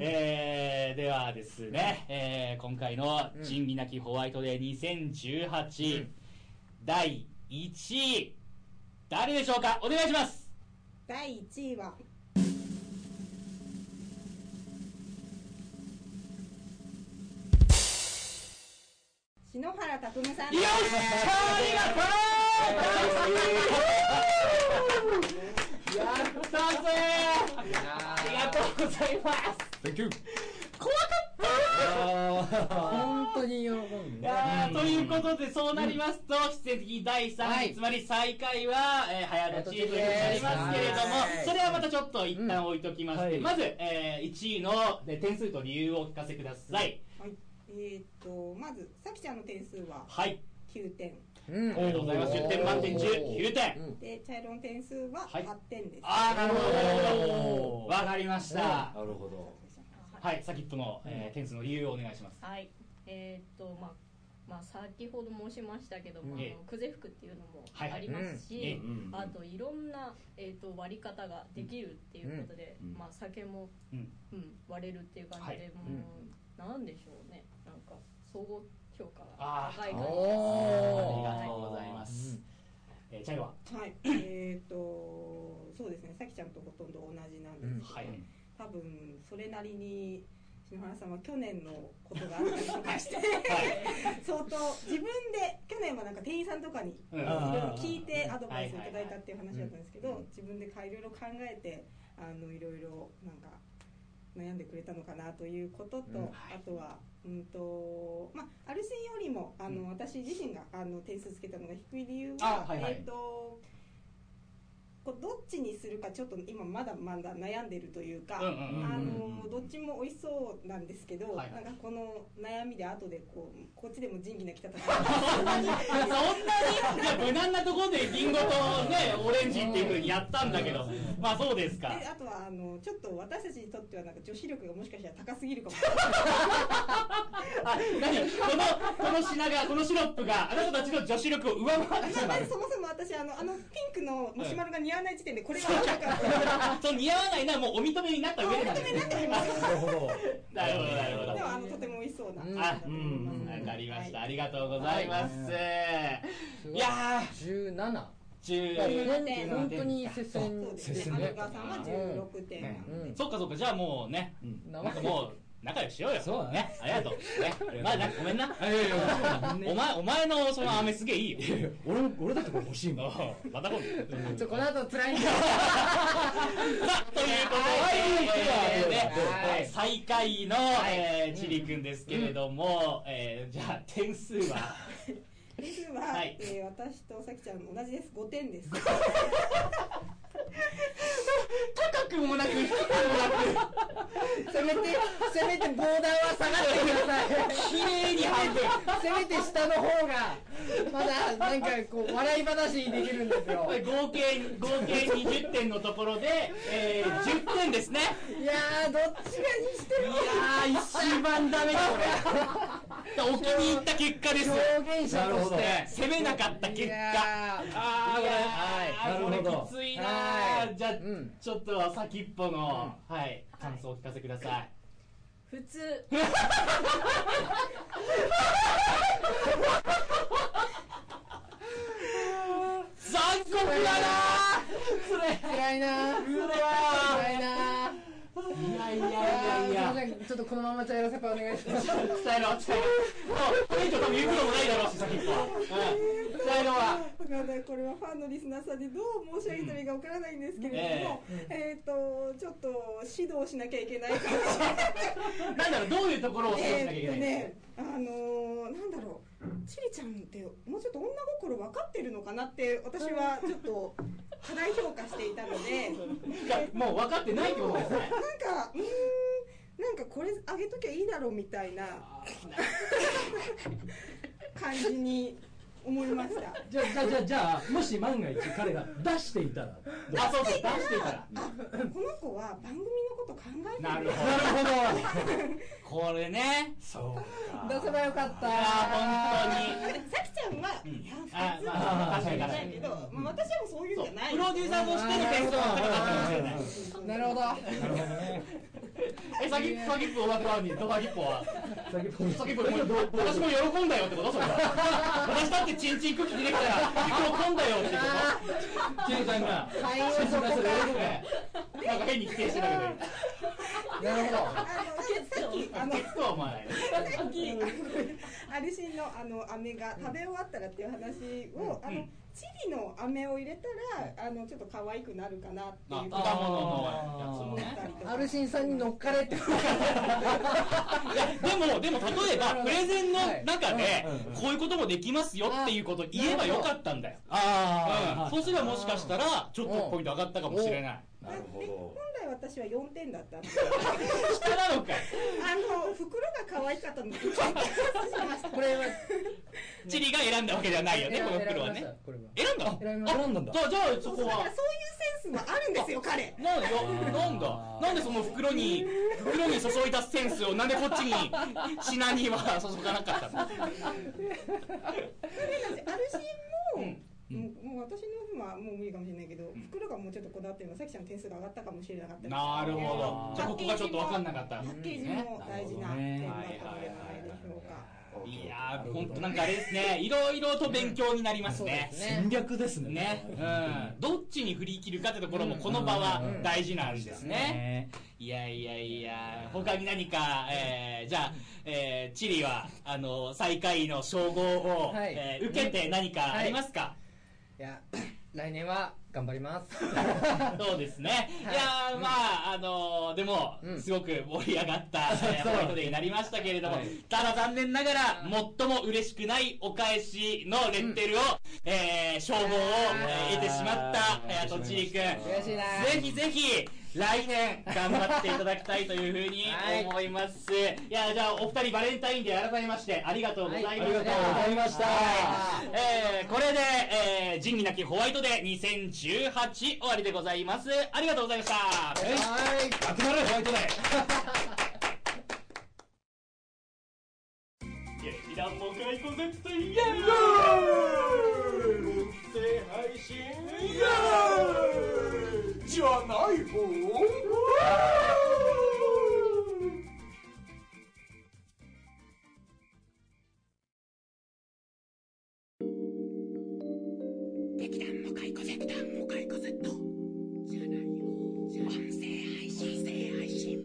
えーではですね、えー今回の「仁義なきホワイトデー2018」うん第1位誰でしょうかお願いします第1位は篠原拓夢さんよっしゃーありがとうやったぜーありがとうございます Thank you 怖かった本当にい喜んでねやーということで、そうなりますと、必然的に第3位、はいつまり最下位は、えー、早野チームになりますけれどもは、いそれはまたちょっと一旦置いときまして、うんはいまず、え1位ので点数と理由をお聞かせください。はいえー、とまずさきちゃんの点数ははい、 9点うんおめでとうございます。10点満点中、9点。うんで茶色の点数ははい8点です、あー、なるほおど。わかりました。なるほどはい、先っぽの、えー点数の理由をお願いします。はいえーっとまあまあ先ほど申しましたけども、ええあのクゼ服っていうのもはいはいありますし、うんええあといろんな、えー、と割り方ができるっていうことで、うんまあ、酒も、うんうん割れるっていう感じで、はいもうなんでしょうねなんか総合評価があー高い感じですありおがーとうございます。えー、チャイははいえー、とそうですねさきちゃんとほとんど同じなんですけど、はい。多分それなりに篠原さんは去年のことがあったりとかして相当自分で去年はなんか店員さんとかにうんいろいろ聞いてアドバイスをいただいたはっていう話だったんですけど自分でかいろいろ考えてあのいろいろなんか悩んでくれたのかなということと、うんあとは、うんとまあ、アルシンよりもあの、私自身があの点数つけたのが低い理由は、あはいはいえー、とこうどっちにするかちょっと今まだまだ悩んでるというか。うんうんうん。あうんうんうのんどっちも美味しそうなんですけど、はいはいなんかこの悩みで後でこうこっちでも仁義なき戦いそんなにいや無難なところでリンゴとねオレンジっていうふうにやったんだけどまあそうですかであとはあのちょっと私たちにとってはなんか女子力がもしかしたら高すぎるかもしれないあ何このこの品がこのシロップがあなたたちの女子力を上回ってしままうずそもそも私あのあのピンクのマシュマロが似合わない時点でこれが合うかそう似合わないのはもうお認めになった上でなんですねなるほなるほどどなるほらどでもあのとても美味しそうなうんだと思いますうんわかりました、はあいりがとうございます、すごい、や17ー10点本当に接戦そうですねですアねルガさんは16点なんで、うんそっかそっかじゃあもうねななわんかけもう仲良くしようよ。そうだねね。ありがとう。 ね。まあ、なんかごめんな。あいやいやお前、お前のその飴すげえいいよ。 俺も俺だってこれ欲しいもんうんまた今度。さちょこの後辛いんだよあ、というこはいとで、えーねはいはい最下位の、えーチリくんですけれども、えーじゃあ点数は、 点数は、はいえー私とさきちゃん同じです5点です高くもなく低くもなくせめてせめてボーダーは下がってください綺麗に半分。せめて下の方がまだなんかこう笑い話にできるんですよこれ 合計、合計20点のところで、えー10点ですね。いやーどっちがにしていやー、一番ダメだ、こ れ。お気に入った結果 ですよ。も表現者として攻めなかったい結果。やあいーやこれ、はいあーなるほこどれきついなはー。じゃあー、うんちょっと先っぽの、はい、感想を聞かせてください。普通残酷だな辛いなーーうわ辛いなーーいやいやいやいやいや。すいませんちょっとこのままチャイラセパお願いします伝えろ、伝えろ。もう、これ以上多分言うこともないだろうし、先っぽは。うん伝えろは。わかんないこれはファンのリスナーさんにどう申し上げたらいいかわからないんですけれども、えっ、とちょっと指導しなきゃいけないかもしれなないんだろう、どういうところを指導しなきゃいけないんですかえーっとね、あのーなんだろう、チリちゃんってもうちょっと女心分かってるのかなって私はちょっと課題評価していたので、もう分かってないってことですね。なんかうーん。なんかこれあげときゃいいだろうみたいな感じに思いました。じゃあじゃあじゃあじゃあもし万が一彼が出していたらあ、そうそう、出してから。この子は番組のこと考えてなるほど。これね。そう出せばよかったあー、本当に。さきちゃんは、いやあ、普通はまあ、知確かに確らなかいけに。ど、まあ、私はもうそういうそんうじゃない。プロデューサーとしての点数は高かったかもしれない。なるほどなるほどねえ、 先っぽ、先っぽ終わったのに、ドカギッポは。先ほど先っぽ、もう私も喜んだよってことそれは。私だってチンチンクッキー出てきたら、喜んだよってこチリさんが会員はそこ出とねなんか変に否定してたけど。かなるほどあのさっきあのケツとは思わない。さっきあのアリシンのあの飴が食べ終わったらっていう話を、うんあうのんチリの飴を入れたらあのちょっと可愛くなるかなっていうあ、ふうに果物の思っやつもねた。りとかアルシンさんに乗っかれっていやでも、でも例えば、プレゼンの中ではいうんうん、こういうこともできますよっていうことを言えばよかったんだよ。うんあそうすればもしかしたら、ちょっとポイント上がったかもしれない。あなるでほ本来私は4点だったんで下なのかい。あの袋が可愛かった ので結構しましたこれはチリが選んだわけではないよね、選このび袋はましねた。これは選んだの選びましど選んだんだじゃあ、じゃあそそこうだからは。そういうセンスもあるんですよ 彼なんだよ、なんだ、なんでその袋に、袋に注いだセンスを、なんでこっちに、品には注がなかったの彼なんですよアルシンも、うんもうもう私の分はもう無理かもしれないけど、袋がもうちょっとこだわってるのさきちゃんの点数が上がったかもしれなかったですなるほど。じゃあ、ここがちょっとわかんなかったパ。ッケージも大事な点だったのではないでしょうか。どいやー、ほんとなんかあれですね、いろいろと勉強になりますね。戦略ですねね、うん、どっちに振り切るかってところもこの場は大事なんですね。いやいやいや、他に何か、えー、じゃあ、えー、チリは、あの、最下位の称号を、はいえー受けて何かありますか、いや来年は頑張りますそうですね。い、はいやー、まあ、あのーでも、うんすごく盛り上がった、えー、そうホワイトデーになりましたけれども、はいただ残念ながら、最も嬉しくないお返しのレッテルを、えー、称号を、えー得てしまった、えー、とちりくん。悔しいなぜひぜひ、来年、頑張っていただきたいというふうにはい思います。い、や、じゃあ、お二人、バレンタインデー改めまして、ありがとうございました。はありがとうございましたはいえーこれで、えー、仁義なきホワイトデー2018終わりでございます。ありがとうございました。はい集まれ、ホワイトデー劇団も解雇絶対イエーイ配信イエーイじゃない方劇団モカイコゼ劇団モカイコゼットじゃないよ音声配信音声配信じゃないよ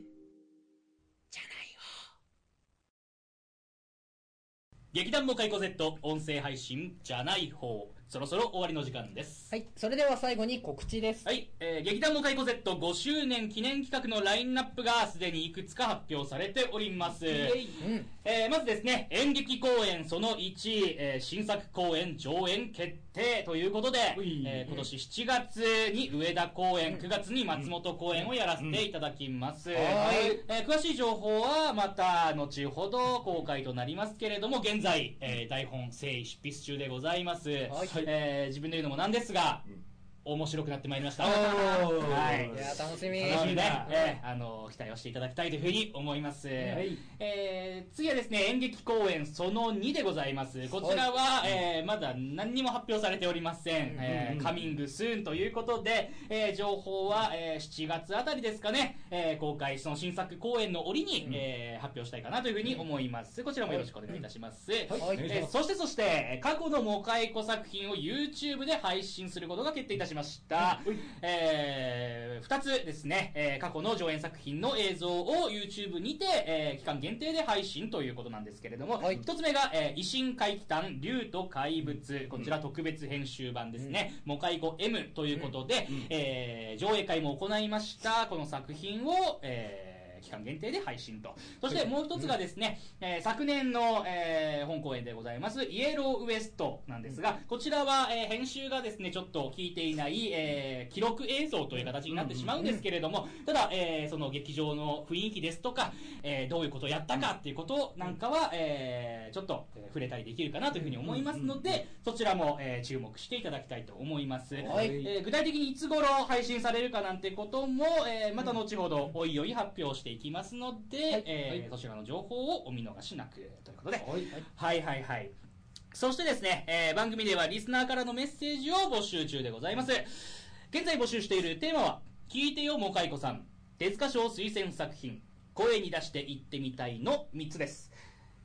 劇団モカイコ Z 音声配信じゃない方そろそろ終わりの時間ですはい、それでは最後に告知です。はい、えー、劇団モカイコ Z5 周年記念企画のラインナップがすでにいくつか発表されておりますうん。えーまずですね、演劇公演その1、えー新作公演上演決定ということで、ういえー今年7月に上田公演、9月に松本公演をやらせていただきます。はいえー詳しい情報はまた後ほど公開となりますけれども、現在、えー台本誠意執筆中でございます。えー自分で言うのもなんですが、面白くなってまいりました。はいいやー、楽しみ。楽しはみね、えーあの期待をしていただきたいというふうに思います、いえー次はですね演劇公演その2でございますこちらは、えーまだ何にも発表されておりません、えーカミングスーンということで、えー情報は、えー7月あたりですかね、えー公開その新作公演の折に、えー発表したいかなというふうに思いますこちらもよろしくお願いいたします、い。えーそしてそしてえー過去のモカイコ作品を YouTube で配信することが決定いたしました、え2つですね、えー過去の上演作品の映像を YouTube にて、えー期間限定で配信ということなんですけれども、はい1つ目が「えー、維新怪奇譚竜と怪物」こちら特別編集版ですね「モカイコ M」ということで、えー上映会も行いましたこの作品を、えー期間限定で配信とそしてもう一つがですね、えー昨年の、えー本公演でございます、イエローウエストなんですが、こちらは、えー編集がですね、ちょっと聞いていない、えー記録映像という形になってしまうんですけれども、ただ、えーその劇場の雰囲気ですとか、えーどういうことをやったかっていうことなんかは、えーちょっと、えー触れたりできるかなというふうに思いますので、そちらも、えー注目していただきたいと思います。はいえー具体的にいつ頃配信されるかなんてことも、えーまた後ほどおいおい発表していきますので、えーそちらの情報をお見逃しなくということで、はいはいはい。そしてですね、えー番組ではリスナーからのメッセージを募集中でございます。現在募集しているテーマは、聞いてよ、もかいこさん。手塚賞推薦作品、声に出して言ってみたいの3つです。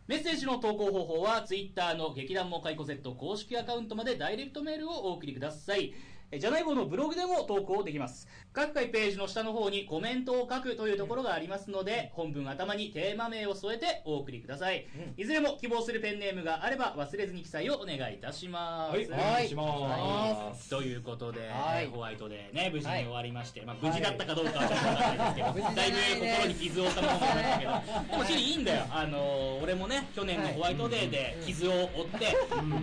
メッセージの投稿方法は、ツイッターの劇団もかいこ Z 公式アカウントまでダイレクトメールをお送りください。えーじゃない方のブログでも投稿できます。各回ページの下の方にコメントを書くというところがありますので、本文頭にテーマ名を添えてお送りください。いずれも希望するペンネームがあれば忘れずに記載をお願いいたします。はいお願いしますはいということで、はいホワイトでね、無事にはい終わりまして、まあ無事だったかどうかはちょっとわからないですけど、はい だいぶ心に傷を負ったものもありましたけど、でもはいチリいいんだよ。あのー、俺もね、去年のホワイトデーで傷を負って、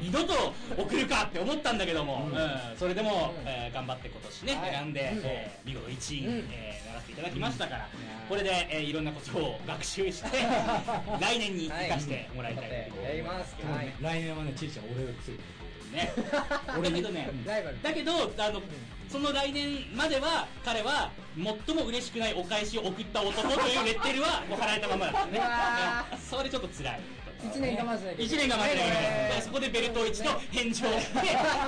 二度と送るかって思ったんだけども、うんそれでも、えー頑張って今年ね、はい選んで、えー見事1位に、えーならせていただきましたから、これで、えーいろんなことを学習して、来年に生かしてもらいたいと思やりいまますすけ。どはいね。来年はね、ちいちゃん俺がついてね。だけどね、ライバル。だけど、あの、その来年までは、彼は、最も嬉しくないお返しを送った男というレッテ ルは、もう払えたままだったねうわ。それちょっと辛い。一年我慢しなきゃいけない。 1年が待ってないえーだからそこでベルト1の返上で、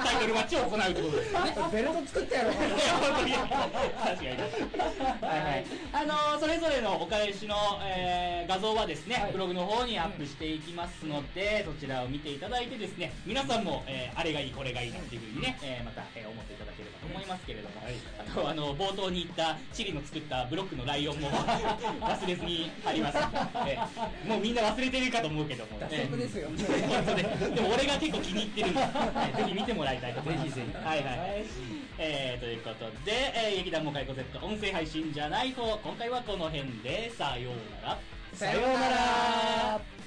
タイトルマッチを行うってことですよね。ベルト作ってやろう。いや本当に確かにはいはいあのーそれぞれのお返しの、えー画像はですね、ブログの方にアップしていきますので、そちらを見ていただいてですね皆さんも、えーあれがいいこれがいいなっていうふうにね、えーまた、えー思っていただければと思いますけれども、あとあの冒頭に言ったチリの作ったブロックのライ オンも忘れずにあります、えーもうみんな忘れてるかと思うけども、えー本当ですよ。本当ねでも俺が結構気に入ってるんで、はいぜひ見てもらいたいと思います。ぜひぜひはいはい。えー、ということで、えー、劇団もかいこ Z 音声配信じゃない方、今回はこの辺で、さようなら。さようなら。